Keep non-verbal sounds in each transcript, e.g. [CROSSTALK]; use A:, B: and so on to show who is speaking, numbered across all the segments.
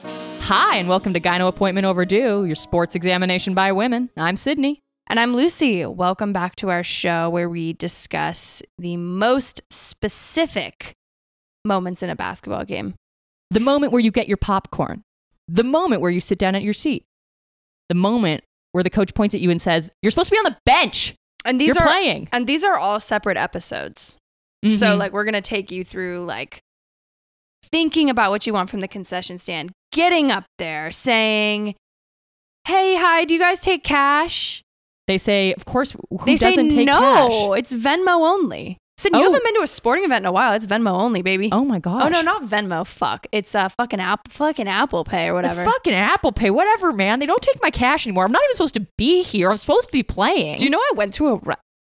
A: Hi, and welcome to Gyno Appointment Overdue, your sports examination by women. I'm Sydney.
B: And I'm Lucy. Welcome back to our show where we discuss the most specific moments in a basketball game.
A: The moment where you get your popcorn, the moment where you sit down at your seat, the moment where the coach points at you and says, You're supposed to be on the bench.
B: And these
A: You're
B: are
A: playing.
B: and these are all separate episodes. So
A: Mhm.
B: like we're going to take you through like thinking about what you want from the concession stand, getting up there, saying, "Hey, hi, do you guys take cash?"
A: they say, Of course, who
B: they say
A: doesn't take
B: no. It's Venmo only. Sydney, you
A: Oh.
B: haven't been to a sporting event in a while. It's Venmo only, baby.
A: cash? Oh my gosh.
B: Oh no, not Venmo. Fuck. It's uh fucking Apple fucking Apple Pay or
A: It's
B: whatever.
A: fucking Apple Pay, whatever, man. They don't take my cash anymore. I'm not even supposed to be here. I'm supposed to be playing.
B: Do you know I went to a re-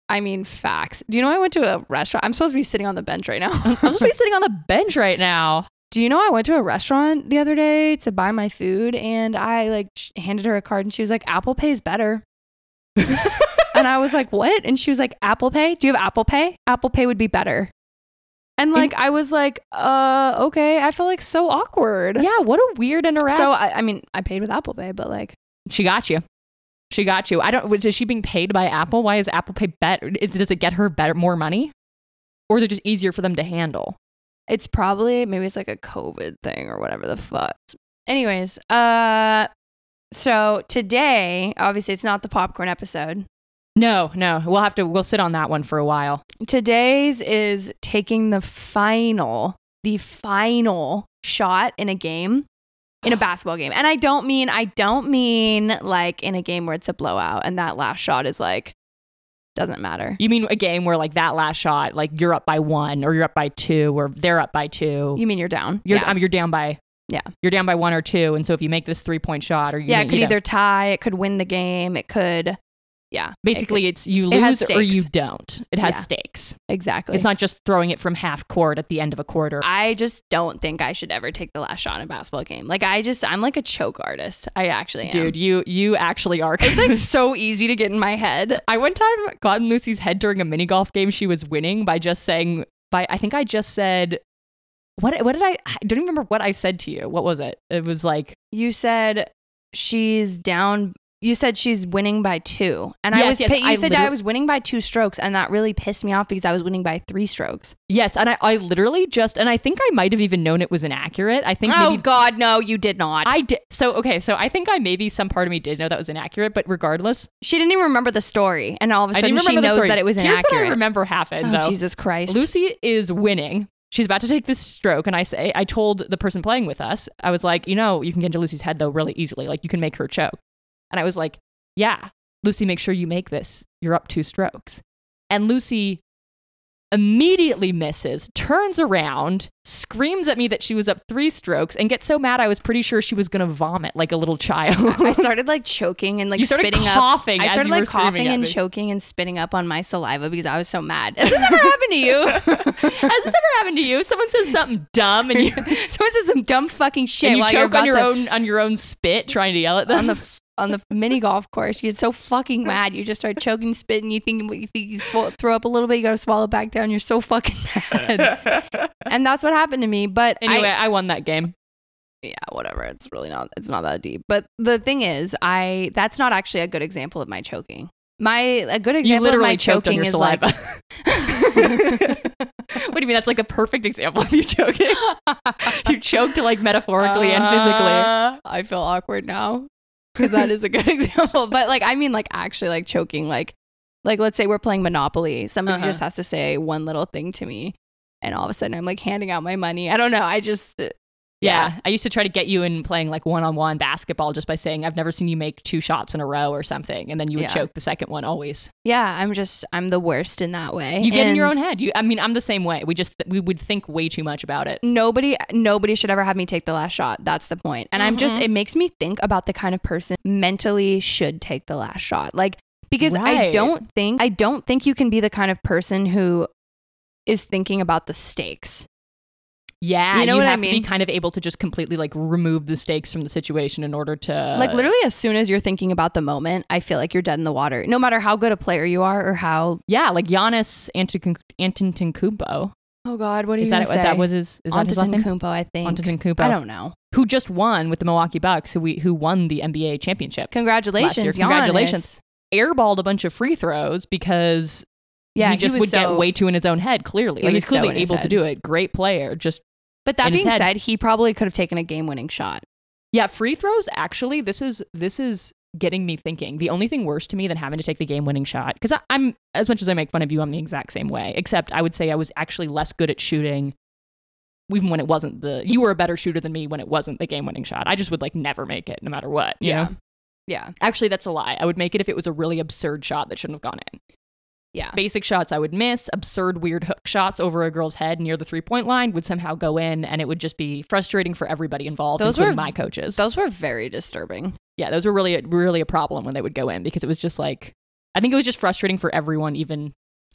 B: I mean facts. Do you know I went to a restaurant? I'm supposed to be sitting on the bench [LAUGHS] right now.
A: I'm supposed to be sitting on the bench right
B: [LAUGHS]
A: now.
B: Do you know I went to a restaurant the other day to buy my food and I like sh- handed her a card and she was like Apple Pay's [LAUGHS] better. and I was like, "What?" And she was like, "Apple Pay? Do you have Apple Pay? Apple Pay would be better." And like I was like, "Uh, okay." I felt like so awkward.
A: Yeah, what a weird interaction.
B: So I, I mean, I paid with Apple Pay, but like
A: She got you. She got you. I don't. was- Is she being paid by Apple? Why is Apple Pay better? Is, does it get her better, more money, or is it just easier for them to handle?
B: It's probably maybe it's like a COVID thing or whatever the fuck. Anyways, uh so today, obviously it's not the popcorn episode.
A: No, no. We'll have to. We'll sit on that one for a while.
B: Today's is taking the final, the final shot in a game.
A: [SIGHS]
B: In a basketball game. And I don't mean I don't mean like in a game where it's a blowout and that last shot is like doesn't matter.
A: You mean a game where like that last shot, like you're up by one, or you're up by two, or they're up by two.
B: You mean you're down.
A: You're,
B: yeah.
A: I mean, you're down by.
B: Yeah.
A: You're down by one or two, and so if you make this three point shot, or you
B: yeah,
A: make-
B: it could
A: you know,
B: either tie, it could win the game, it could yeah. it could-
A: basically it's you
B: it has
A: lose or you
B: stakes.
A: don't. It has
B: Yeah.
A: stakes.
B: exactly.
A: It's not just throwing it from half court at the end of a quarter.
B: I just don't think I should ever take the last shot in a basketball game. Like I just I'm like a choke artist. I actually am.
A: Dude, you you actually are. [LAUGHS]
B: It's like so easy to get in my head.
A: I one time got in Lucy's head during a mini golf game she was winning by just saying by I think I just said what what did I I don't even remember what I said to you. What was it? It was like
B: You said she's down you said she's winning by 2. And I
A: Yes,
B: was
A: yes,
B: pi- you
A: I
B: said
A: literally-
B: I was winning by 2 strokes and that really pissed me off because I was winning by 3 strokes.
A: yes, and I, I literally just and I think I might have even known it was inaccurate. I think
B: Oh
A: maybe
B: god, no, you did not.
A: I did so okay, so I think I maybe some part of me did know that was inaccurate, but regardless,
B: she didn't even remember the story and all of a
A: I
B: sudden
A: didn't
B: she
A: remember the
B: knows
A: story.
B: that it was
A: Here's
B: inaccurate.
A: what I remember happened
B: oh
A: though.
B: Jesus Christ.
A: Lucy is winning. She's about to take this stroke, and I say, I told the person playing with us, I was like, you know, you can get into Lucy's head though really easily. Like you can make her choke. And I was like, yeah, Lucy, make sure you make this. You're up two strokes. And Lucy immediately misses, turns around, screams at me that she was up three strokes, and gets so mad I was pretty sure she was gonna vomit like a little
B: [LAUGHS]
A: child. [LAUGHS]
B: I started like choking and like
A: you started
B: spitting up.
A: coughing.
B: I
A: as
B: started
A: you were
B: like
A: screaming
B: coughing
A: at
B: and
A: me.
B: choking and spitting up on my saliva because I was so mad. Has this ever happened to you?
A: [LAUGHS]
B: [LAUGHS]
A: Has this ever happened to you? Someone says something dumb and you
B: Someone says some dumb fucking shit
A: and you
B: while you're
A: choke
B: about
A: on your
B: to,
A: own on your own spit trying to yell at them.
B: [LAUGHS] on the on the mini golf course. You get so fucking mad. You just start choking, spitting. You think you think you sw- throw up a little bit. You gotta swallow back down. You're so fucking [LAUGHS] mad.
A: [LAUGHS]
B: and that's what happened to me. But I-
A: anyway, I, won that game.
B: yeah, whatever. It's really not. It's not that deep. But the thing is, I that's not actually a good example of my choking. My a good
A: You
B: example of
A: literally
B: my
A: choked on
B: choking
A: your
B: is
A: saliva.
B: like
A: [LAUGHS] what do you mean? That's like a perfect example of you choking. [LAUGHS] you choked like [LAUGHS] metaphorically and physically.
B: Uh, I feel awkward now because that is a good [LAUGHS] example. But like, I mean, like actually, like choking, like, like let's say we're playing Monopoly. Somebody
A: Uh-huh.
B: just has to say one little thing to me, and all of a sudden I'm like handing out my money. I don't know. I just
A: Yeah. I used to try to get you in playing like one-on-one basketball just by saying I've never seen you make two shots in a row or something, and then you would
B: Yeah.
A: choke the second one always.
B: yeah, I'm just I'm the worst in that way.
A: You get in your
B: And
A: own head. You, I mean, I'm the same way. We just we would think way too much about it.
B: Nobody, nobody should ever have me take the last shot. That's the point. And I'm just,
A: Mhm.
B: it makes me think about the kind of person mentally should take the last shot. Like, because I
A: Right.
B: don't think, I don't think you can be the kind of person who is thinking about the stakes.
A: Yeah,
B: You know what I
A: have To be
B: mean?
A: kind of able to just completely like remove the stakes from the situation in order to
B: like, literally, as soon as you're thinking about the moment, I feel like you're dead in the water. No matter how good a player you are or how,
A: Yeah, like Giannis Antetin- Antetokounmpo.
B: Oh God, what do you
A: Is that
B: gonna
A: it?
B: say?
A: That was his. Is that his last name?
B: Antetokounmpo, I think.
A: Antetokounmpo.
B: I don't know.
A: Who just won with the Milwaukee Bucks? Who we who won the NBA championship?
B: Congratulations,
A: year.
B: Giannis.
A: Congratulations. Airballed a bunch of free throws because
B: Yeah,
A: he just
B: was
A: would
B: so-
A: get way too in his own head. Clearly,
B: he
A: like, he's
B: was so
A: clearly
B: in his
A: able to
B: head.
A: do it. Great player. Just
B: But that
A: in his
B: being
A: head.
B: said, he probably could have taken a game-winning shot.
A: yeah, free throws. Actually, this is this is getting me thinking. The only thing worse to me than having to take the game-winning shot because I'm as much as I make fun of you, I'm the exact same way. Except I would say I was actually less good at shooting. Even when it wasn't the, you were a better shooter than me when it wasn't the game winning shot. I just would like never make it no matter what. you know?
B: Yeah.
A: Actually, that's a lie. I would make it if it was a really absurd shot that shouldn't have gone in.
B: Yeah.
A: Basic shots I would miss, absurd, weird hook shots over a girl's head near the three point line would somehow go in, and it would just be frustrating for everybody involved,
B: Those
A: including
B: were-
A: my coaches.
B: Those were very disturbing.
A: yeah, those were really, really a problem when they would go in because it was just like, I think it was just frustrating for everyone, even.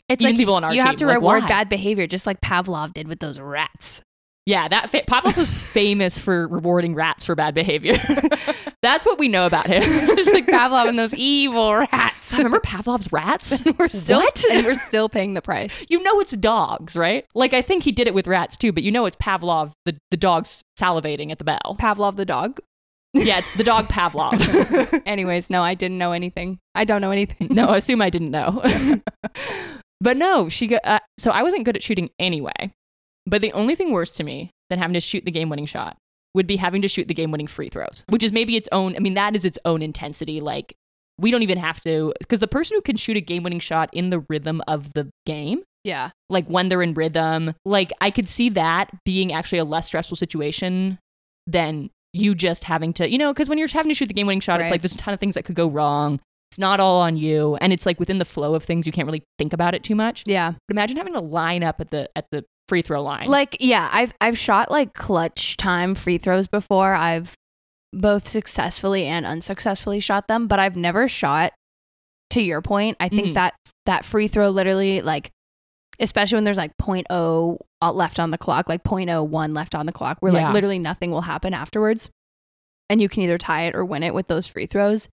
B: It's
A: Even
B: like
A: people in our
B: you have
A: team,
B: to
A: like,
B: reward
A: why?
B: bad behavior, just like Pavlov did with those [LAUGHS] rats.
A: Yeah, that fa- Pavlov was famous for rewarding rats for bad behavior. [LAUGHS] That's what we know about him. [LAUGHS]
B: just like [LAUGHS] Pavlov and those evil [LAUGHS] rats.
A: Remember Pavlov's rats?
B: we're still
A: What?
B: and we're still paying the price.
A: you know it's dogs, right? Like I think he did it with rats too, but you know it's Pavlov, the, the dog's salivating at the bell.
B: Pavlov the [LAUGHS] dog.
A: yeah, it's the dog Pavlov.
B: Anyways, no, I didn't know anything. I don't know anything.
A: [LAUGHS] no, assume I didn't know. [LAUGHS] but no, she got, uh, so I wasn't good at shooting anyway. But the only thing worse to me than having to shoot the game-winning shot would be having to shoot the game-winning free throws, which is maybe its own. I mean, that is its own intensity. Like we don't even have to, because the person who can shoot a game-winning shot in the rhythm of the game
B: Yeah.
A: like when they're in rhythm. Like I could see that being actually a less stressful situation than you just having to, you know, because when you're having to shoot the game winning shot, it's
B: Right.
A: like there's a ton of things that could go wrong. It's not all on you, and it's like within the flow of things, you can't really think about it too much.
B: Yeah.
A: But imagine having to line up at the at the free throw line.
B: Like yeah, I've I've shot like clutch time free throws before. I've both successfully and unsuccessfully shot them, but I've never shot to your point. I think
A: Mhm.
B: that that free throw literally like especially when there's like 0.0 left on the clock, like 0.01 left on the clock where
A: Yeah.
B: like literally nothing will happen afterwards. And you can either tie it or win it with those free throws.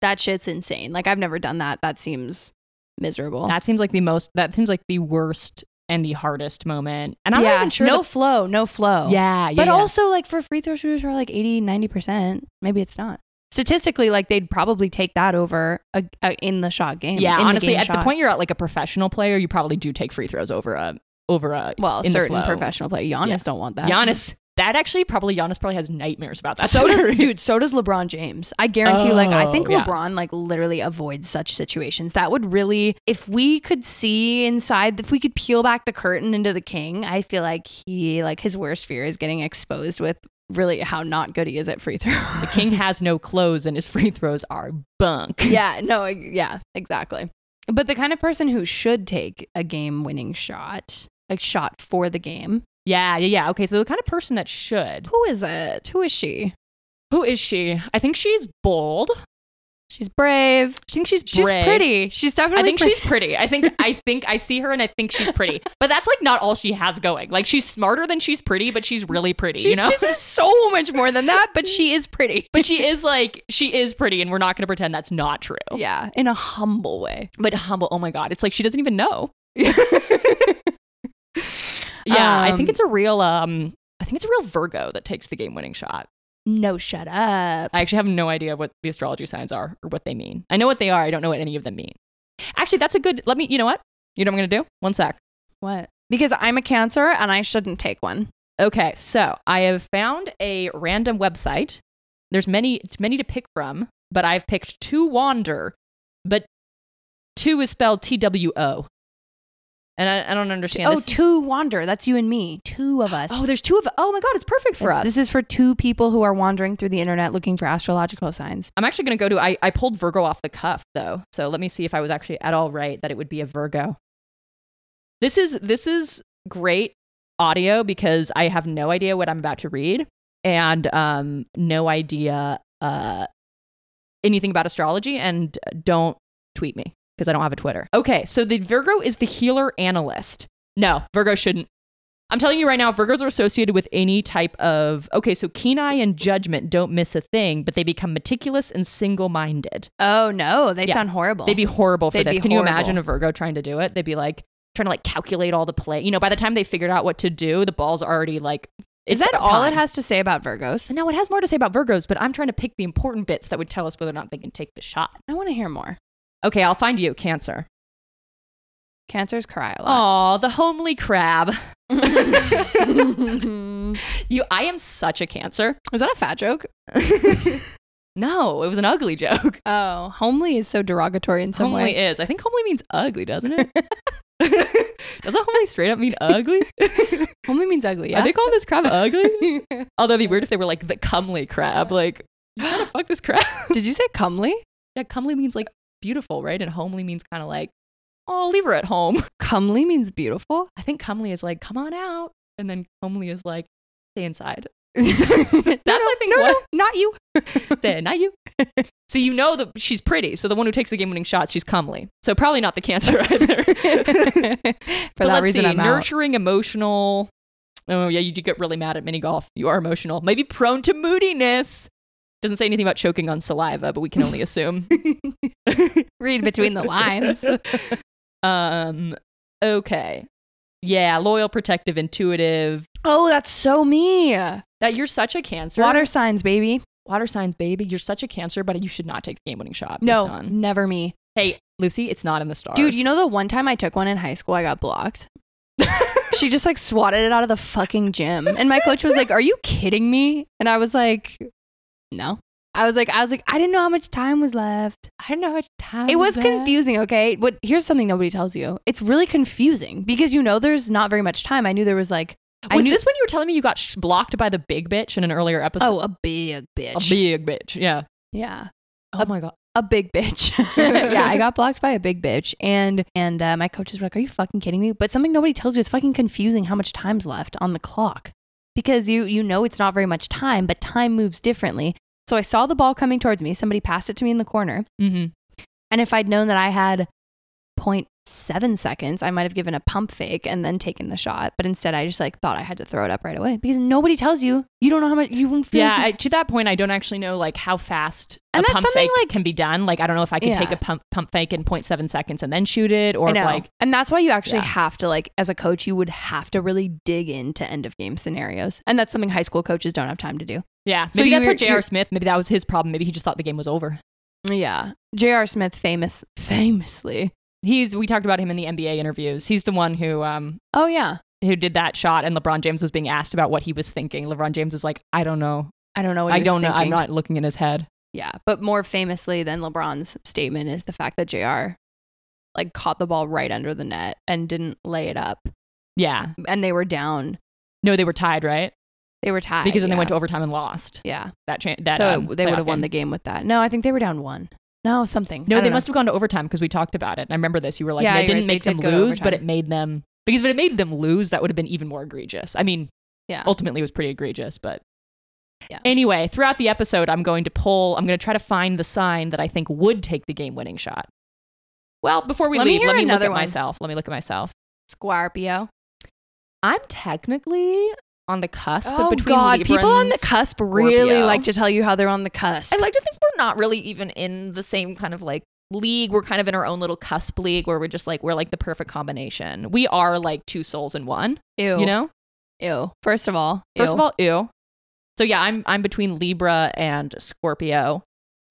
B: That shit's insane. Like I've never done that. That seems miserable.
A: that seems like the most. That seems like the worst and the hardest moment. And I'm not even sure.
B: no
A: that-
B: flow, no flow.
A: yeah, yeah.
B: But
A: yeah.
B: also, like for free throw shooters who are like 80, 90%, maybe it's not. Statistically, like they'd probably take that over a, a, in the shot game.
A: yeah.
B: in the
A: Honestly,
B: game
A: at the
B: shot.
A: point you're at like a professional player, you probably do take free throws over a over a
B: well,
A: in the
B: certain
A: flow.
B: professional player, Giannis
A: Yeah.
B: don't want
A: [LAUGHS]
B: that.
A: Giannis. That actually probably Giannis probably has nightmares about that.
B: So
A: scenario.
B: does dude. So does LeBron James. I guarantee. like I think
A: Oh, yeah.
B: LeBron like literally avoids such situations. That would really, if we could see inside, if we could peel back the curtain into the king, I feel like he like his worst fear is getting exposed with really how not good he is at free throw. [LAUGHS]
A: the king has no clothes and his free throws are [LAUGHS] bunk.
B: yeah, no, e- yeah, exactly. But the kind of person who should take a game winning shot, a shot for the game,
A: yeah, yeah, yeah. Okay, so the kind of person that should.
B: who is it? Who is she?
A: Who is she? I think she's bold.
B: She's brave.
A: I think she's
B: She's
A: brave.
B: pretty. She's definitely
A: I think
B: pretty.
A: she's pretty. I think I think I see her and I think she's [LAUGHS] pretty. But that's like not all she has going. Like she's smarter than she's pretty, but she's really pretty,
B: She's
A: you know?
B: just so much more than that, but she is pretty.
A: [LAUGHS] but she is like she is pretty and we're not going to pretend that's not true.
B: Yeah, in a humble way.
A: But humble, oh my god, it's like she doesn't even know. [LAUGHS] Yeah, I think
B: Um,
A: it's a real um I think it's a real Virgo that takes the game winning shot.
B: [LAUGHS] No, shut up.
A: I actually have no idea what the astrology signs are or what they mean. I know what they are, I don't know what any of them mean. Actually, that's a good let me you know what? You know what I'm gonna do? One sec.
B: What? Because I'm a cancer and I shouldn't take one.
A: Okay, so I have found a random website. There's many it's many to pick from, but I've picked two wander, but two is spelled T W O. And I, I don't understand
B: Oh,
A: this.
B: two wander. That's you and me. Two of us.
A: Oh, there's two of oh my god, it's perfect for
B: It's-
A: us.
B: This is for two people who are wandering through the internet looking for astrological signs.
A: I'm actually going to go to, I, I pulled Virgo off the cuff though. So let me see if I was actually at all right that it would be a Virgo. This is, this is great audio because I have no idea what I'm about to read and um, no idea uh, anything about astrology and uh, don't tweet me because I don't have a Twitter. Okay. So the Virgo is the healer analyst. No, Virgo shouldn't. I'm telling you right now, Virgos are associated with any type of okay. So keen eye and judgment don't miss a thing, but they become meticulous and single minded.
B: Oh no, they
A: Yeah.
B: sound horrible.
A: They'd be horrible for
B: They'd
A: this.
B: be
A: Can you imagine
B: horrible.
A: a Virgo trying to do it? They'd be like, trying to like calculate all the play. You know, by the time they figured out what to do, the ball's already like. it's
B: Is that all it
A: time.
B: has to say about Virgos?
A: No, it has more to say about Virgos, but I'm trying to pick the important bits that would tell us whether or not they can take the shot.
B: I want to hear more.
A: Okay, I'll find you, Cancer.
B: Cancers cry a lot.
A: Aw, the homely crab. [LAUGHS]
B: [LAUGHS] Is
A: You, I am such a Cancer.
B: that a fat [LAUGHS] joke?
A: No, it was an ugly [LAUGHS] joke.
B: Oh, homely is so derogatory in some
A: homely
B: way.
A: is. I think homely means ugly, doesn't
B: [LAUGHS]
A: it? [LAUGHS] Doesn't homely straight up mean ugly?
B: Homely means ugly. Yeah.
A: Are they calling this crab
B: [LAUGHS]
A: ugly? Although it'd be weird if they were like the comely crab. Like, you gotta fuck this
B: [LAUGHS]
A: crab.
B: Did you say comely?
A: Yeah, comely means like beautiful, right? And homely means kind of like, oh, leave her at home. [LAUGHS]
B: Comely means [LAUGHS] beautiful.
A: I think comely is like, come on out. And then homely is like, stay inside. That's what I think
B: No,
A: what [LAUGHS]
B: no, not [LAUGHS] you.
A: Stay, not
B: [LAUGHS]
A: you. so you know that she's pretty. So the one who takes the game winning shots, she's comely. So probably not the cancer [LAUGHS] either.
B: [LAUGHS] For
A: But
B: that
A: let's
B: reason,
A: see,
B: I'm out.
A: nurturing, emotional. Oh yeah, you do get really mad at mini golf. You are emotional, maybe prone to moodiness. Doesn't say anything about choking on saliva, but we can only [LAUGHS] assume.
B: Read between the [LAUGHS] lines.
A: [LAUGHS] um, okay, yeah, loyal, protective, intuitive.
B: Oh, that's so me.
A: That you're such a cancer.
B: Water signs, baby.
A: water signs, baby. You're such a cancer, but you should not take the game winning shot. based
B: No,
A: on-
B: never me.
A: hey Lucy, it's not in the stars,
B: Dude, you know the one time I took one in high school, I
A: [LAUGHS]
B: got blocked. she just like swatted it out of the fucking gym. And my coach was like, Are you kidding me? And I was like, No. I was like, I was like, I didn't know how much time was left.
A: I don't know how much time
B: It
A: is
B: was
A: left.
B: confusing, okay? What here's something nobody tells you. It's really confusing because you know there's not very much time. I knew there was like I
A: Was
B: knew-
A: this when you were telling me you got sh- blocked by the big bitch in an earlier episode?
B: oh a big bitch.
A: a big bitch. Yeah.
B: yeah.
A: Oh my god.
B: a big bitch. yeah, I got blocked by a big bitch, and and uh, my coaches were like, "Are you fucking kidding me?" But something nobody tells you is fucking confusing how much time's left on the clock because you you know it's not very much time, but time moves differently. So I saw the ball coming towards me. Somebody passed it to me in the corner,
A: Mm-hmm.
B: and if I'd known that I had 0.7 seconds, I might have given a pump fake and then taken the shot. But instead, I just like thought I had to throw it up right away because nobody tells you. You don't know how much you won't feel.
A: Yeah. I, to that point, I don't actually know like how fast
B: And
A: a
B: that's
A: pump
B: something,
A: fake
B: like-
A: can be done. Like I don't know if I could take
B: Yeah.
A: a pump pump fake in 0.7 seconds and then shoot it, or
B: I
A: if,
B: know.
A: like
B: and that's why you actually
A: Yeah.
B: have to like as a coach you would have to really dig into end of game scenarios and that's something high school coaches don't have time to do
A: yeah.
B: So
A: Maybe that's
B: you're-
A: what J.R.
B: you're-
A: Smith. Maybe that was his problem. Maybe he just thought the game was over.
B: yeah j.r smith famous famously
A: He's we talked about him in the NBA interviews. He's the one who um
B: oh yeah
A: who did that shot, and LeBron James was being asked about what he was thinking. LeBron James is like, I don't know.
B: i don't know what
A: I
B: he was
A: don't know. I'm
B: thinking.
A: not looking in his head.
B: yeah but more famously than lebron's statement is the fact that jr like caught the ball right under the net and didn't lay it up
A: Yeah.
B: and they were down
A: No, they were tied, right?
B: they were tied
A: because then
B: yeah.
A: they went to overtime and lost
B: yeah
A: that chance. That,
B: so
A: um,
B: it- they would have
A: playoff
B: won
A: game.
B: the game with that no i think they were down one no something I
A: No,
B: don't
A: they
B: know.
A: must have gone to overtime because we talked about it. And I remember this. You were like,
B: Yeah,
A: that
B: you're
A: didn't
B: right.
A: make
B: They
A: them
B: did go to
A: lose, but it
B: overtime.
A: made them because if it made them lose, that would have been even more egregious. I mean,
B: Yeah.
A: ultimately it was pretty egregious, but
B: Yeah.
A: Anyway, throughout the episode, I'm going to pull. I'm going to try to find the sign that I think would take the game-winning shot. Well, before we
B: Let me
A: leave,
B: hear
A: let me look
B: another
A: at
B: one.
A: myself. Let me look at myself.
B: scorpio
A: I'm technically on the cusp of between Libra
B: Oh, people on
A: and
B: the cusp really
A: Scorpio.
B: like to tell you how they're on the cusp.
A: I like to think we're not really even in the same kind of like league. We're kind of in our own little cusp league where we're just like we're like the perfect combination. We are like two souls in one.
B: ew,
A: You know?
B: ew. First of all,
A: First of
B: ew.
A: all, ew. So yeah, I'm I'm between Libra and Scorpio.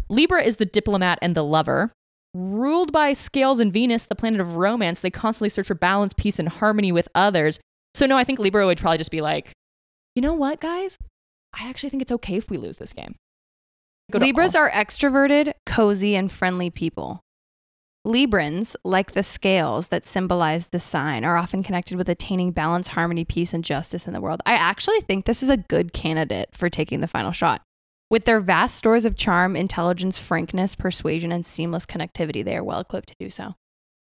A: Libra is the diplomat and the lover. Ruled by scales and Venus, the planet of romance, they constantly search for balance, peace, and harmony with others. So no, I think Libra would probably just be like, you know what, guys? I actually think it's okay if we lose this game. Go to
B: Libras are extroverted, cozy, and friendly people. Librans, like the scales that symbolize the sign, are often connected with attaining balance, harmony, peace, and justice in the world. I actually think this is a good candidate for taking the final shot. With their vast stores of charm, intelligence, frankness, persuasion, and seamless connectivity, they are well equipped to do so.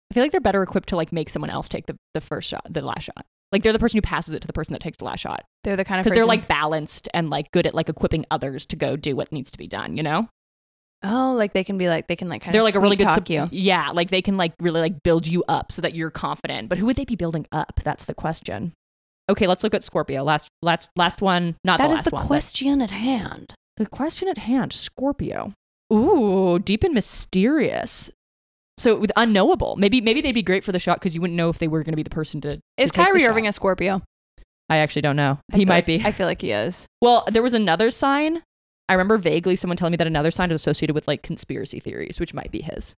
A: I feel like they're better equipped to like make someone else take the, the first shot, the last shot. Like they're the person who passes it to the person that takes the last shot
B: They're the kind of
A: because they're
B: person-
A: like balanced and like good at like equipping others to go do what needs to be done. You know,
B: Oh, like they can be like they can like kind
A: they're
B: of
A: like a really good
B: talk
A: sup-
B: you.
A: Yeah, like they can like really like build you up so that you're confident. But who would they be building up? That's the question. Okay, let's look at Scorpio. Last last last one. Not
B: That
A: the
B: is
A: last
B: the
A: one, but
B: question at hand.
A: The question at hand. Scorpio. Ooh, deep and mysterious. So with unknowable, maybe maybe they'd be great for the shot because you wouldn't know if they were going to be the person to. to take
B: Is
A: the
B: Kyrie
A: shot.
B: Irving a Scorpio?
A: I actually don't know.
B: I
A: he
B: feel
A: might
B: like-
A: be.
B: I feel like he is.
A: well, there was another sign. I remember vaguely someone telling me that another sign is associated with like conspiracy theories, which might be his.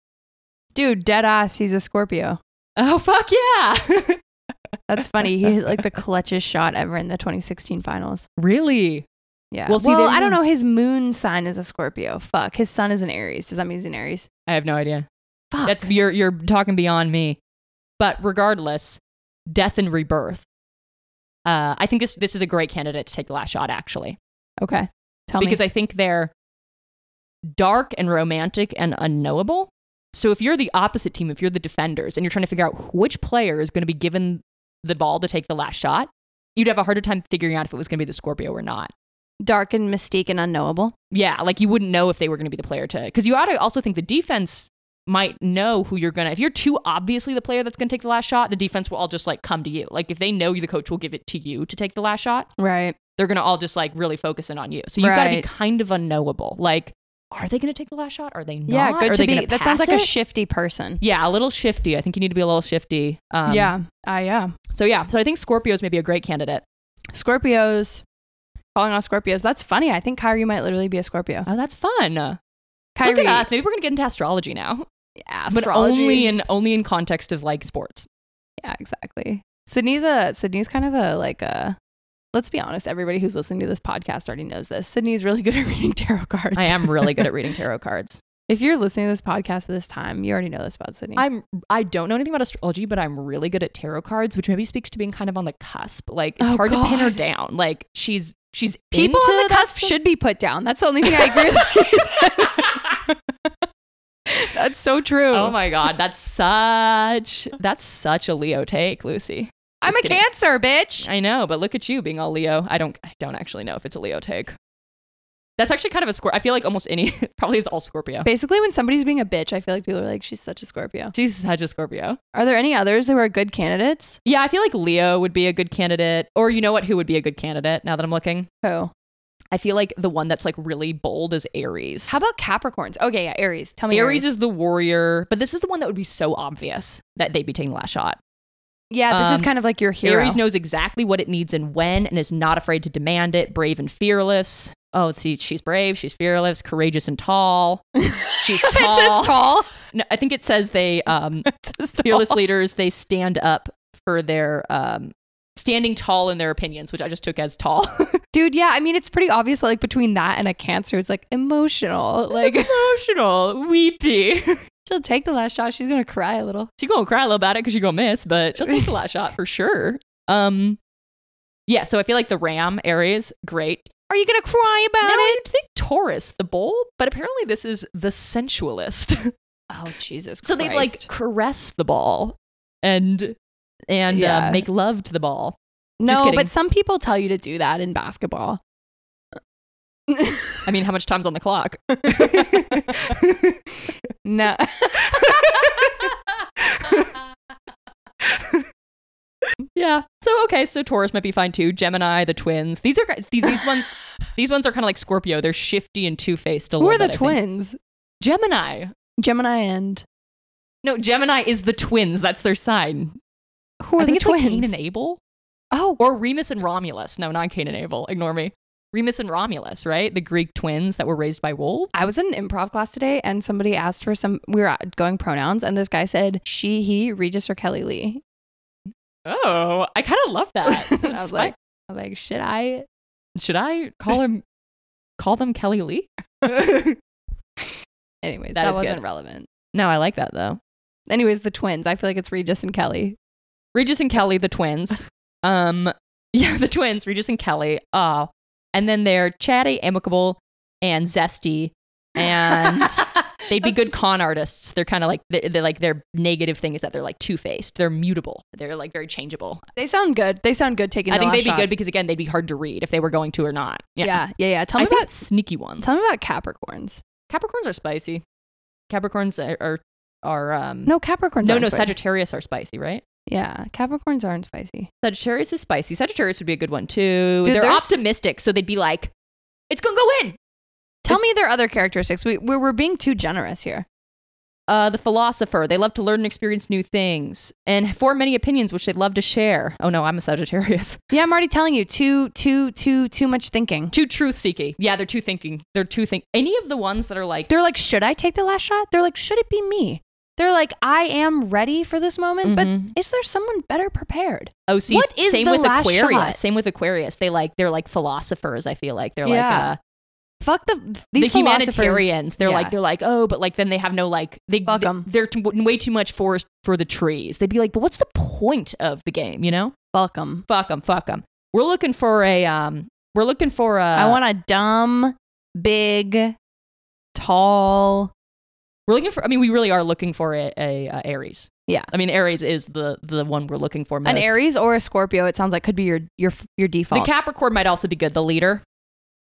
B: Dude, dead ass, he's a Scorpio.
A: Oh fuck yeah! [LAUGHS]
B: That's funny. He hit like the clutchest shot ever in the 2016 finals.
A: really?
B: Yeah.
A: Well,
B: Well,
A: see, there's
B: I don't
A: a-
B: know. His moon sign is a Scorpio. Fuck. His sun is an Aries. Does that mean he's an Aries?
A: I have no idea.
B: Fuck.
A: That's you're you're talking beyond me. But regardless, death and rebirth. Uh, I think this this is a great candidate to take the last shot actually,
B: okay. Tell
A: because
B: me.
A: I think they're dark and romantic and unknowable. So if you're the opposite team, if you're the defenders, and you're trying to figure out which player is going to be given the ball to take the last shot, you'd have a harder time figuring out if it was going to be the Scorpio or not.
B: Dark and mystique and unknowable.
A: Yeah, like you wouldn't know if they were going to be the player to because you ought to also think the defense might know who you're gonna. If you're too obviously the player that's gonna take the last shot, the defense will all just like come to you. Like if they know you, the coach will give it to you to take the last shot.
B: Right.
A: They're gonna all just like really focus in on you. So you've got to be
B: Right.
A: kind of unknowable. Like, are they gonna take the last shot? Are they not?
B: yeah.
A: Are
B: Good
A: they
B: to be.
A: gonna
B: That sounds
A: pass
B: like a
A: it?
B: shifty person.
A: yeah, a little shifty. I think you need to be a little shifty. Um,
B: yeah. I yeah.
A: So yeah. So I think Scorpios may be a great candidate.
B: Scorpios. Calling off Scorpios. That's funny. I think Kyrie might literally be a Scorpio.
A: Oh, that's fun.
B: Kyrie.
A: Look at us. Maybe we're gonna get into astrology now,
B: Astrology.
A: but only in only in context of like sports.
B: Yeah, exactly. Sydney's a Sydney's kind of a like a. Let's be honest. Everybody who's listening to this podcast already knows this. Sydney's really [LAUGHS] good at reading tarot cards.
A: I [LAUGHS] am really good at reading tarot cards.
B: If you're listening to this podcast at this time, you already know this about Sydney.
A: I'm I don't know anything about astrology, but I'm really good at tarot cards, which maybe speaks to being kind of on the cusp. Like it's
B: Oh,
A: hard to pin her
B: God.
A: down. Like she's she's
B: People
A: into
B: on the
A: that
B: cusp
A: stuff.
B: should be put down. That's the only thing I agree [LAUGHS] with. That's so true.
A: Oh my god, that's such that's such a Leo take, Lucy.
B: I'm
A: just
B: a
A: kidding.
B: cancer, bitch.
A: I know, but look at you being all Leo. I don't I don't actually know if it's a Leo take. That's actually kind of a Scorpio. I feel like almost any [LAUGHS] probably is all Scorpio.
B: Basically, when somebody's being a bitch, I feel like people are like, she's such a Scorpio.
A: She's such a Scorpio.
B: Are there any others who are good candidates?
A: Yeah, I feel like Leo would be a good candidate. Or you know what? Who would be a good candidate now that I'm looking?
B: Who?
A: I feel like the one that's like really bold is Aries.
B: How about Capricorns? Okay, yeah, Aries. Tell me.
A: Aries is the warrior, but this is the one that would be so obvious that they'd be taking the last shot.
B: Yeah, this is
A: Um,
B: kind of like your hero.
A: Aries knows exactly what it needs and when and is not afraid to demand it, brave and fearless. Oh, see, she's brave, she's fearless, courageous and tall. She's [LAUGHS]
B: [LAUGHS] It says
A: tall.
B: [LAUGHS] tall.
A: No, I think it says they um
B: It says [LAUGHS] tall.
A: fearless leaders, they stand up for their um standing tall in their opinions, which I just took as
B: [LAUGHS]
A: tall.
B: Dude, yeah, I mean, it's pretty obvious, like, between that and a cancer, it's like emotional. [LAUGHS] Like,
A: emotional, [LAUGHS] weepy.
B: she'll take the last shot. She's going to cry a little.
A: she gonna cry a little about it because she gonna miss, but she'll take the last shot for sure. Um, yeah. So I feel like the Ram Aries, great.
B: Are you going to cry
A: Now
B: about it?
A: you'd think Taurus, the bull, but apparently this is the sensualist.
B: Oh, Jesus
A: [LAUGHS] so they like caress the ball and and uh,
B: Yeah.
A: make love to the ball. just
B: No,
A: kidding.
B: but some people tell you to do that in basketball. [LAUGHS]
A: I mean, how much time's on the clock? [LAUGHS]
B: No.
A: yeah. So okay, so Taurus might be fine too. Gemini, the twins. These are guys- these, these [LAUGHS] ones. These ones are kind of like Scorpio. They're shifty and two faced.
B: Who are the twins?
A: Gemini.
B: Gemini and.
A: No, Gemini is the twins. That's their sign.
B: Who
A: I
B: are
A: think
B: the
A: it's
B: twins?
A: like Cain and Abel.
B: oh,
A: Or Remus and Romulus. No, not Cain and Abel. Ignore me. Remus and Romulus, right? The Greek twins that were raised by wolves.
B: I was in an improv class today and somebody asked for some, we were going pronouns, and this guy said she, he, Regis, or Kelly Lee.
A: Oh, I kind of love that.
B: [LAUGHS] I
A: That's
B: was
A: fun.
B: like, I was like, should I?
A: should I call him? [LAUGHS] call them Kelly
B: [LAUGHS]
A: Lee? no,
B: Anyways,
A: That
B: that,
A: is
B: wasn't
A: good.
B: relevant.
A: I like that though.
B: Anyways, the twins. I feel like it's Regis and Kelly.
A: Regis and Kelly, the twins. Um, [LAUGHS] yeah, the twins, Regis and Kelly. Oh, and then they're chatty, amicable, and zesty,
B: [LAUGHS]
A: and they'd be good con artists. They're kind of like they're, they're like their negative thing is that they're like two faced. They're mutable. They're like very changeable.
B: they sound good. They sound good taking.
A: I
B: the
A: think
B: last
A: they'd be
B: shot.
A: good because again, they'd be hard to read if they were going to or not.
B: Yeah. yeah, yeah, Tell
A: I
B: me
A: think
B: about
A: it's sneaky ones.
B: tell me about Capricorns.
A: Capricorns are spicy. Capricorns are are, are um
B: Hmm. No, Capricorns.
A: no
B: aren't
A: no
B: spicy.
A: Sagittarius are spicy, right?
B: Yeah, Capricorns aren't spicy.
A: Sagittarius is spicy. Sagittarius would be a good one too.
B: Dude,
A: they're
B: there's-
A: optimistic, so they'd be like, "It's gonna go in."
B: Tell me their other characteristics. We we're, we're being too generous here.
A: Uh, the philosopher. They love to learn and experience new things and form many opinions which they love to share. Oh no, I'm a Sagittarius.
B: Yeah, I'm already telling you, too, too, too, too much thinking.
A: Too truth seeking. Yeah, they're too thinking. They're too think. Any of the ones that are like,
B: They're like, should I take the last shot? They're like, should it be me? They're like, I am ready for this moment,
A: Mhm.
B: but is there someone better prepared?
A: Oh, see,
B: What is
A: same
B: the
A: with
B: last
A: Aquarius.
B: shot?
A: Same with Aquarius. They like they're like philosophers. I feel like they're
B: Yeah.
A: like uh,
B: Fuck the these
A: the
B: philosophers-
A: humanitarians. They're
B: Yeah.
A: like they're like oh, but like then they have no like they,
B: Fuck
A: they
B: 'em.
A: they're t- way too much forest for the trees. They'd be like, but what's the point of the game? You know,
B: fuck 'em.
A: fuck them, fuck them. We're looking for a um, we're looking for a.
B: I want a dumb, big, tall.
A: We're looking for. I mean, we really are looking for a, a, uh Aries.
B: Yeah.
A: I mean, Aries is the the one we're looking for most.
B: An Aries or a Scorpio, it sounds like could be your your your
A: The
B: default.
A: Capricorn might also be good. The leader,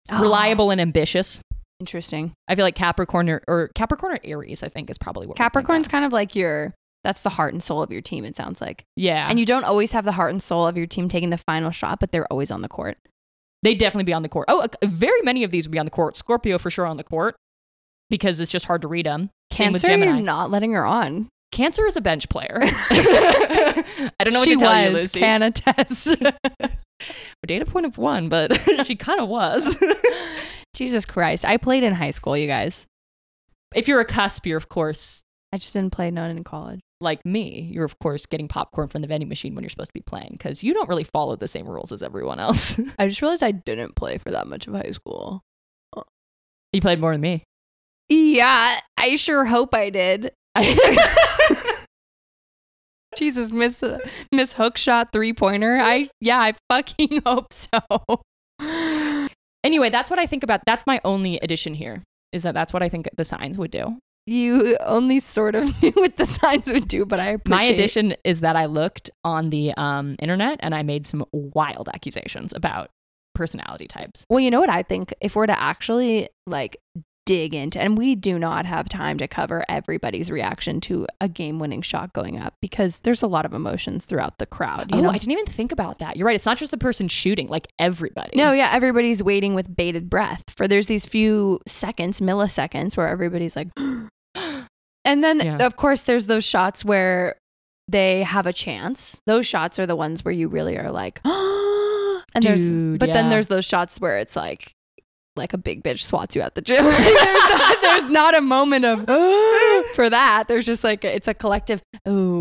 B: Ah,
A: reliable and ambitious.
B: [GASPS] Interesting.
A: I feel like Capricorn or, or Capricorn or Aries, I think, is probably what we're thinking
B: Capricorn's
A: of.
B: kind of like your that's the heart and soul of your team, it sounds like.
A: Yeah,
B: And you don't always have the heart and soul of your team taking the final shot, but they're always on the court.
A: they definitely be on the court. Oh, uh, very many of these would be on the court. Scorpio for sure on the court because it's just hard to read them. Same with
B: Cancer,
A: Gemini.
B: you're not letting her on.
A: Cancer is a bench
B: [LAUGHS]
A: player. I don't know what
B: she
A: to tell you,
B: was,
A: Lucy. [LAUGHS]
B: can attest.
A: Data point of one, but [LAUGHS] she kind of
B: [LAUGHS]
A: was.
B: Jesus Christ. I played in high school, you guys.
A: if you're a cusp, you're of course
B: I just didn't play none in college.
A: like me. You're of course getting popcorn from the vending machine when you're supposed to be playing because you don't really follow the same rules as everyone else.
B: I just realized I didn't play for that much of high school.
A: you played more than [LAUGHS] me.
B: Yeah, I sure hope I did. [LAUGHS] Jesus, Miss uh, Miss Hookshot three pointer. I yeah, I fucking [LAUGHS] hope so.
A: anyway, that's what I think about. That's my only addition here is that that's what I think the signs would do.
B: You only sort of [LAUGHS] knew what the signs would do, but I
A: My
B: appreciate
A: addition is that I looked on the um, internet and I made some wild accusations about personality types.
B: Well, you know what I think? If we're to actually like dig into, and we do not have time to cover everybody's reaction to a game winning shot going up because there's a lot of emotions throughout the crowd. You
A: oh,
B: know?
A: I didn't even think about that. You're right. It's not just the person shooting, like everybody.
B: No, yeah, everybody's waiting with bated breath for there's these few seconds, milliseconds where everybody's like [GASPS] And then
A: Yeah.
B: of course there's those shots where they have a chance. Those shots are the ones where you really are like [GASPS] and there's
A: Dude,
B: but then
A: yeah.
B: there's those shots where it's like like a big bitch swats you out the gym. [LAUGHS] there's, not, there's not a moment of [GASPS] for that. There's just like it's a collective oh.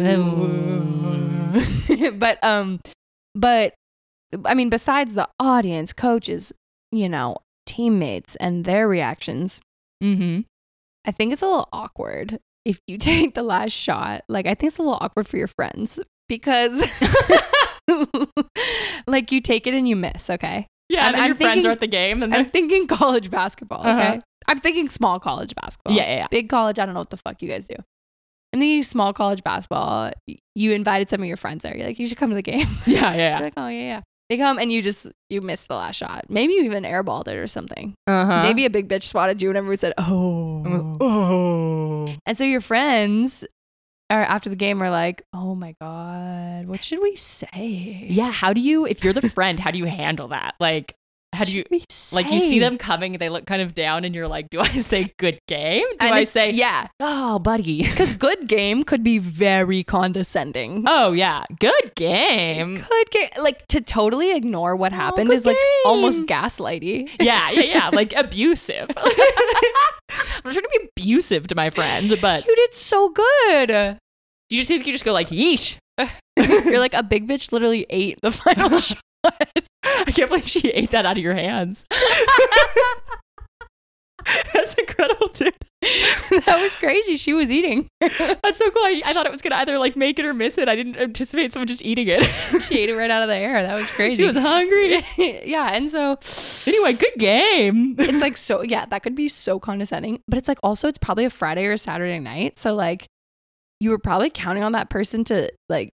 B: [LAUGHS] but um but I mean, besides the audience, coaches, you know, teammates and their reactions,
A: Mm-hmm.
B: I think it's a little awkward if you [LAUGHS] take the last shot. Like, I think it's a little awkward for your friends because, [LAUGHS] like, you take it and you miss, okay?
A: Yeah,
B: I'm-
A: and then
B: I'm
A: your friends
B: thinking-
A: are at the game, and
B: I'm
A: then
B: thinking college basketball, okay?
A: Uh-huh.
B: I'm thinking small college basketball.
A: yeah, yeah, yeah.
B: Big college, I don't know what the fuck you guys do. I'm thinking small college basketball. Y- You invited some of your friends there. You're like, you should come to the game.
A: yeah, yeah,
B: They're [LAUGHS] like, oh yeah, yeah. They come and you just you miss the last shot. Maybe you even airballed it or something.
A: [LAUGHS] yeah. Uh-huh.
B: Maybe a big bitch swatted you and everyone said, "Oh."
A: Oh.
B: And so your friends are after the game are like, "Oh my god, what should we say?"
A: Yeah. How do you, if you're the friend, how do you handle that? Like, how
B: What
A: do you?
B: should we
A: Like you see
B: say?"
A: them coming, they look kind of down, and you're like, "Do I say good game? Do
B: And
A: I
B: it's-
A: say
B: yeah?
A: oh, buddy? [LAUGHS]
B: Because good game could be very condescending.
A: Oh yeah, good game.
B: Good game, like to totally ignore what
A: Oh,
B: happened
A: good
B: is like almost
A: game.
B: gaslighty.
A: Yeah, yeah,
B: [LAUGHS]
A: yeah. Like abusive. I'm not trying to be abusive to my friend, but
B: you did
A: [LAUGHS]
B: so good.
A: you just think you just go like, yeesh.
B: You're like a big bitch. Literally ate
A: [LAUGHS]
B: the final shot.
A: I can't believe she ate that out of your hands. [LAUGHS] That's incredible, dude.
B: that was crazy. She was eating.
A: That's so cool. I, I thought it was gonna either like make it or miss it. I didn't anticipate someone just eating it. [LAUGHS]
B: she ate it right out of the air. That was crazy.
A: she was hungry.
B: [LAUGHS] yeah, and so
A: Anyway, good game.
B: it's like so yeah, that could be so condescending, but it's like also it's probably a Friday or Saturday night, so like you were probably counting on that person to like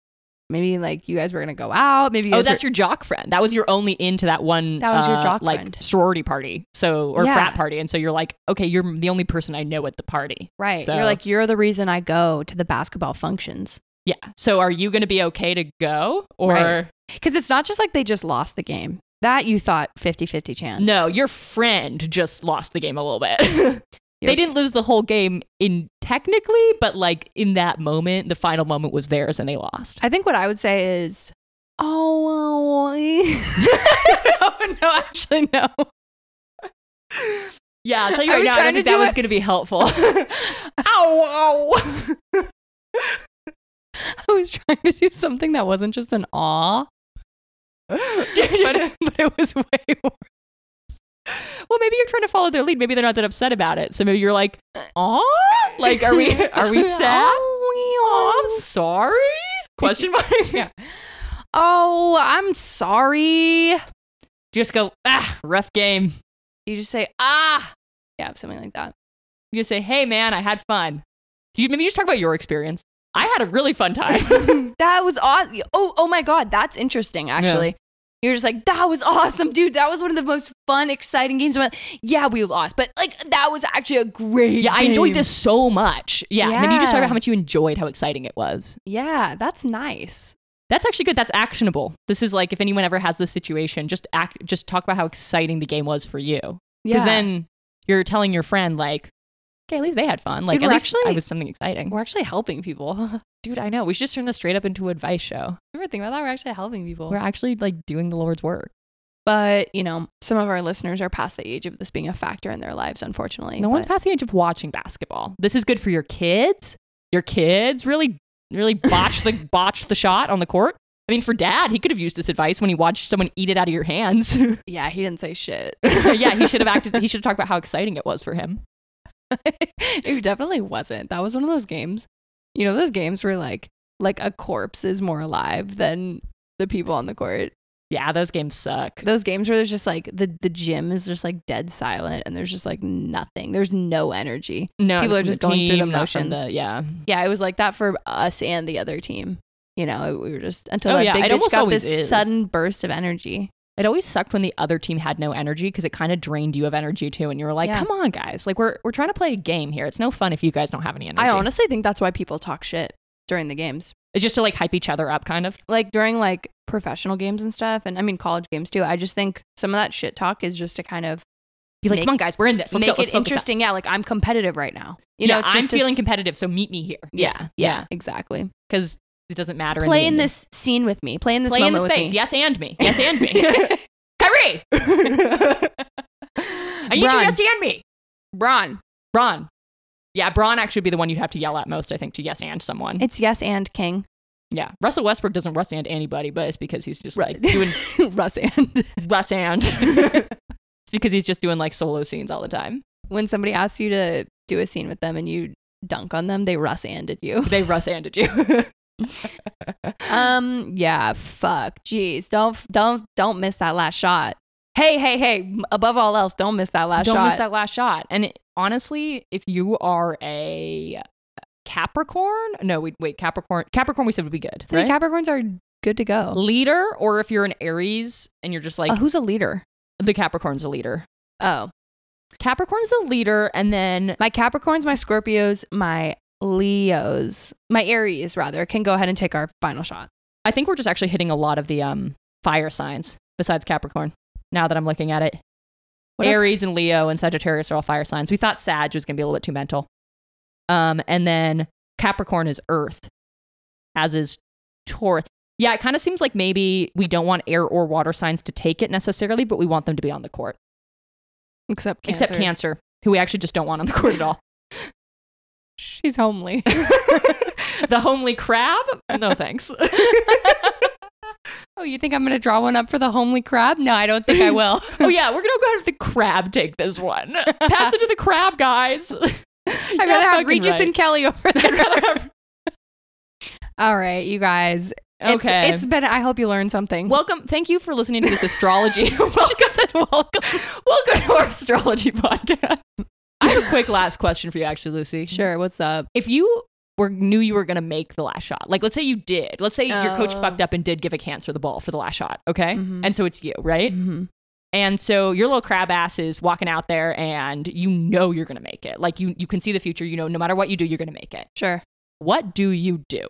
B: maybe like you guys were gonna go out, maybe you
A: Oh,
B: guys
A: that's
B: were-
A: your jock friend. That was your only into that one.
B: That was your
A: uh,
B: jock
A: like
B: friend.
A: sorority party. So or
B: Yeah.
A: frat party, and so you're like, okay, you're the only person I know at the party.
B: right.
A: so-
B: You're like you're the reason I go to the basketball functions
A: Yeah. So are you going to be okay to go or
B: Right. because it's not just like they just lost the game that you thought 50-50 chance.
A: no? Your friend just lost the game a little bit. [LAUGHS] they didn't lose the whole game in technically, but like in that moment, the final moment was theirs and they lost.
B: I think what I would say is, oh,
A: [LAUGHS]
B: well, we-" no, [LAUGHS] no, actually, no. [LAUGHS]
A: Yeah, I'll tell you
B: I
A: right now, I don't
B: was trying to
A: think that
B: do
A: was
B: it-
A: going to be
B: [LAUGHS]
A: helpful. [LAUGHS] ow, ow. [LAUGHS]
B: I was trying to do something that wasn't just an
A: [LAUGHS]
B: aw, [LAUGHS] but it, but it was way worse.
A: Well, maybe you're trying to follow their lead. Maybe they're not that upset about it. So maybe you're like, "Aw, [LAUGHS] like
B: [LAUGHS]
A: are we are we sad? Aw, I'm
B: Oh,
A: sorry?" [LAUGHS] Question mark.
B: Yeah. oh, I'm sorry.
A: Just go, "Ah, rough game."
B: You just say, ah. Yeah, something like that.
A: You say, "Hey, man, I had fun." You maybe just talk about your experience. I had a really fun [LAUGHS] time.
B: [LAUGHS] that was awesome. Oh, oh my God, that's interesting. Actually, you're just like that was awesome, dude. That was one of the most fun, exciting games. I'm like, yeah, we lost, but like that was actually a great.
A: yeah, I enjoyed
B: game."
A: this so much. Yeah, maybe you just talk
B: Yeah.
A: about how much you enjoyed, how exciting it was.
B: Yeah, that's nice.
A: That's actually good. That's actionable. This is like if anyone ever has this situation, just act, just talk about how exciting the game was for you.
B: Yeah,
A: Because then you're telling your friend, like, okay, at least they had fun. Like,
B: Dude,
A: at
B: we're
A: least
B: actually-
A: I was something exciting.
B: we're actually helping people. [LAUGHS] you
A: Dude, I know. We should just turn this straight up into an advice show.
B: ever think about that? We're actually helping people.
A: We're actually like doing the Lord's work.
B: but you know, some of our listeners are past the age of this being a factor in their lives, unfortunately.
A: No one's
B: but-
A: past the age of watching basketball. This is good for your kids. Your kids really, really botched
B: [LAUGHS]
A: the botched the shot on the court. I mean, for dad, he could have used this advice when he watched someone eat it out of your
B: [LAUGHS]
A: hands.
B: yeah, he didn't say shit.
A: [LAUGHS] yeah, he should have acted. He should have talked about how exciting it was for him.
B: it definitely wasn't. That was one of those games. You know, those games where like like a corpse is more alive than the people on the court.
A: Yeah, those games suck.
B: Those games where there's just like the the gym is just like dead silent and there's just like nothing. There's no energy.
A: No,
B: People
A: not
B: are
A: from
B: just
A: the
B: going through the
A: team, not from
B: motions.
A: the- yeah,
B: Yeah, it was like that for us and the other team. You know, we were just until
A: Oh,
B: that
A: yeah,
B: big
A: it
B: bitch
A: almost
B: got
A: always
B: this
A: is.
B: sudden burst of energy.
A: It always sucked when the other team had no energy because it kind of drained you of energy too, and you were like,
B: Yeah.
A: "Come on, guys! Like we're we're trying to play a game here. It's no fun if you guys don't have any energy.
B: I honestly think that's why people talk shit during the games.
A: it's just to like hype each other up, kind of.
B: like during like professional games and stuff and i mean college games too i just think some of that shit talk is just to kind of
A: Be like,
B: Make-
A: "Come on, guys, we're in this. Let's
B: make
A: go. Let's
B: it
A: focus up."
B: interesting yeah like i'm competitive right now you know
A: Yeah,
B: it's
A: I'm
B: just to-
A: feeling competitive, so meet me here.
B: yeah yeah, exactly
A: because it doesn't matter.
B: play
A: in,
B: in
A: the end.
B: this scene with me play in this
A: play in the
B: moment with
A: space.
B: me
A: Yes, and
B: [LAUGHS]
A: me. Yes, and me. [LAUGHS] Kyrie, I need you
B: Bron.
A: to yes and me.
B: Bron,
A: Braun. Yeah, Braun actually would be the one you'd have to yell at most, I think, to yes and someone.
B: it's yes and King. [LAUGHS]
A: yeah, Russell Westbrook doesn't yes and anybody, but it's because he's just like
B: Right. [LAUGHS]
A: doing
B: Russ and.
A: Russ
B: [LAUGHS]
A: and it's because he's just doing like solo scenes all the time.
B: When somebody asks you to do a scene with them and you dunk on them, they Russ anded
A: [LAUGHS]
B: you.
A: They Russ anded
B: [LAUGHS]
A: you.
B: Um, yeah, fuck, jeez, don't, don't, don't miss that last shot. Hey, hey, hey! Above all else, don't miss that last
A: [LAUGHS] Don't
B: shot.
A: miss that last shot. And it- honestly, if you are a Capricorn, no, wait, wait, Capricorn, Capricorn, we said would be good,
B: So the
A: right?
B: Capricorns are good to go.
A: leader, or if you're an Aries and you're just like
B: Uh, who's a leader?
A: the Capricorn's a leader.
B: Oh,
A: Capricorn's the leader, and then
B: my Capricorns, my Scorpios, my Leos, my Aries rather can go ahead and take our final shot.
A: I think we're just actually hitting a lot of the um fire signs besides Capricorn. Now that I'm looking at it,
B: What else?
A: Aries and Leo and Sagittarius are all fire signs. We thought Sag was going to be a little bit too mental. Um, and then Capricorn is Earth, as is Taurus. Yeah, it kind of seems like maybe we don't want air or water signs to take it necessarily, but we want them to be on the court.
B: Except
A: Except Cancer, who we actually just don't want on the court at all.
B: She's [LAUGHS] homely.
A: [LAUGHS] the homely crab? No thanks. [LAUGHS]
B: oh, you think I'm gonna draw one up for the homely crab? No, I don't think I will.
A: oh yeah, we're gonna go ahead with the crab. Take this one. Pass it to the crab, guys. [LAUGHS] I'd
B: [LAUGHS] I'd [LAUGHS] rather have Regis and Kelly [LAUGHS] over
A: I'd
B: there.
A: rather [LAUGHS] have.
B: All right, you guys. It's-
A: Okay.
B: it's been. I hope you learned something. [LAUGHS]
A: welcome. Thank you for listening to this [LAUGHS] astrology.
B: she said welcome.
A: welcome to our astrology podcast. I have a quick last question for you, actually, Lucy.
B: [LAUGHS] Sure. What's up?
A: If you were knew you were gonna make the last shot, like let's say you did, let's say your coach
B: Oh.
A: fucked up and did give a cancer the ball for the last shot, okay?
B: Mhm.
A: And so it's you, right?
B: Mhm.
A: And so your little crab ass is walking out there and you know you're gonna make it. Like you you can see the future, you know no matter what you do, you're gonna make it.
B: Sure.
A: What do you do?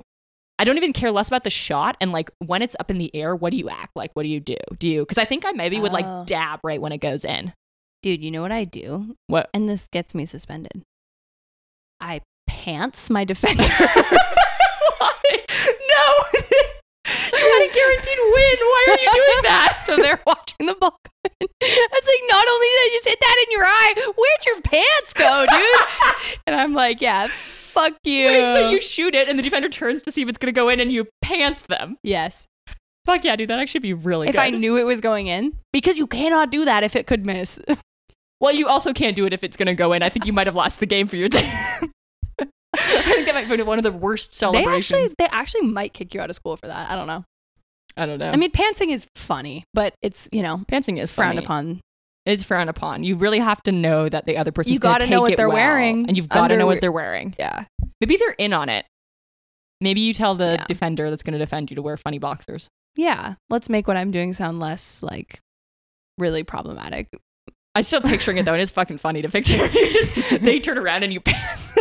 A: I don't even care less about the shot and like when it's up in the air, what do you act like? What do you do? Do you because I think I maybe would
B: Oh.
A: like dab right when it goes in.
B: Dude, you know what I do? [LAUGHS]
A: What? [LAUGHS]
B: And this gets me suspended. I pants my [LAUGHS] defender.
A: Why? No. you had a guaranteed win. Why are you
B: [LAUGHS]
A: doing that?
B: so they're watching the ball come in. It's like, not only did I just hit that in your eye, where'd your pants go,
A: [LAUGHS]
B: dude? and I'm like, yeah, fuck you.
A: Wait, so you shoot it and the defender turns to see if it's going to go in and you pants them.
B: yes.
A: Fuck yeah, dude. That actually be really
B: If
A: good.
B: I knew it was going in, because you cannot do that if it could miss.
A: well, you also can't do it if it's going to go in. I think you might have lost the game for your [LAUGHS] team. I think that might be one of the worst
B: They
A: celebrations.
B: actually, they actually might kick you out of school for that. I don't know.
A: I don't know.
B: I mean, pantsing is funny, but it's you know
A: pantsing is
B: frowned
A: funny.
B: upon.
A: It's frowned upon. You really have to know that the other person's
B: You
A: going
B: gotta
A: to
B: know what they're
A: well,
B: wearing
A: and you've got to know
B: under-
A: what they're wearing.
B: Yeah,
A: Maybe they're in on it. Maybe you tell the
B: Yeah.
A: defender that's going to defend you to wear funny boxers.
B: yeah. Let's make what I'm doing sound less like
A: [LAUGHS]
B: really problematic.
A: I'm still picturing it though, and it's fucking funny to picture. [LAUGHS] You just- they turn around and you [LAUGHS] pass.
B: [LAUGHS]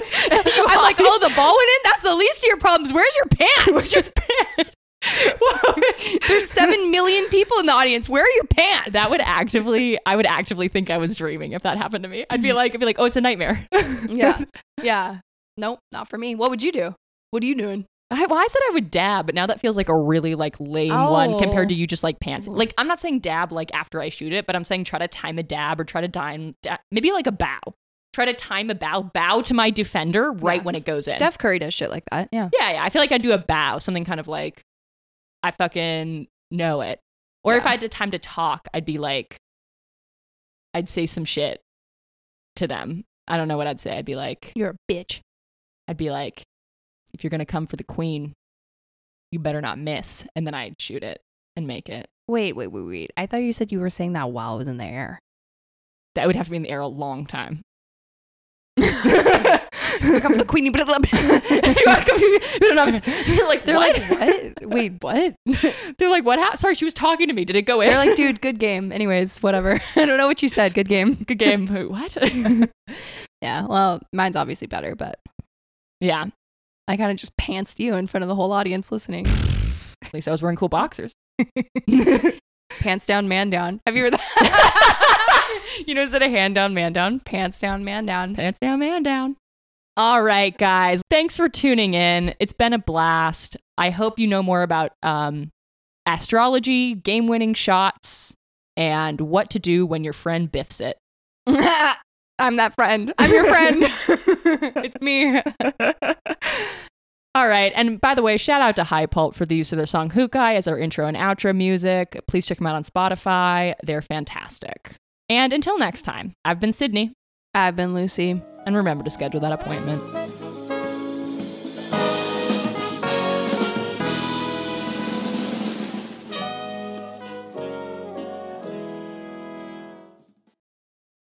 A: [LAUGHS]
B: I'm like, oh, the ball went in. That's the least of your problems. Where's your pants?
A: Where's your pants? [LAUGHS] Whoa.
B: There's seven million people in the audience. Where are your pants?
A: That would actively, I would actively think I was dreaming if that happened to me. I'd be like, I'd be like, oh, it's a nightmare.
B: Mm-hmm. [LAUGHS] yeah, yeah. Nope, not for me. What would you do? What are you doing?
A: [LAUGHS] I, well, I said I would dab, but now that feels like a really like lame one compared
B: Oh.
A: to you just like pants. Like I'm not saying dab like after I shoot it, but I'm saying try to time a dab or try to dime da- maybe like a bow. Try to time a bow, bow to my defender right
B: Yeah.
A: when it goes in.
B: Steph Curry does shit like that. Yeah.
A: Yeah, yeah. I feel like I'd do a bow, something kind of like, I fucking know it. Or if
B: Yeah.
A: I had the time to talk, I'd be like, I'd say some shit to them. I don't know what I'd say. I'd be like,
B: You're a bitch.
A: I'd be like, if you're gonna come for the queen, you better not miss. And then I'd shoot it and make it.
B: Wait, wait, wait, wait. I thought you said you were saying that while I was in the [LAUGHS] air.
A: That would have to be in the air a long
B: [LAUGHS]
A: time. [LAUGHS]
B: Here comes the queenie. Blah, blah, blah. [LAUGHS]
A: You wanna come- you don't know, they're like,
B: They're
A: what?
B: like, [LAUGHS] what? Wait, what?
A: [LAUGHS] they're like, what? hap- Sorry, she was talking to me. Did it go in?
B: They're like, dude, good game. Anyways, whatever. [LAUGHS] I don't know what you said. Good game.
A: [LAUGHS] good
B: [LAUGHS]
A: game. what? [LAUGHS]
B: Yeah. Well, mine's obviously better, but
A: yeah.
B: I kind of just pantsed you in front of the whole audience listening.
A: At least I was wearing cool boxers. [LAUGHS]
B: Pants down, man down. Have you heard that? you know, is it a hand down, man down? Pants down, man down.
A: Pants down, man down. All right, guys. Thanks for tuning in. It's been a blast. I hope you know more about um, astrology, game winning shots, and what to do when your friend biffs it.
B: [LAUGHS] I'm that friend. I'm your
A: [LAUGHS]
B: [LAUGHS] friend. it's me.
A: All right. And by the way, shout out to High Pulp for the use of their song Hukai as our intro and outro music. Please check them out on Spotify. They're fantastic. And until next time, I've been Sydney.
B: I've been Lucy.
A: And remember to schedule that appointment.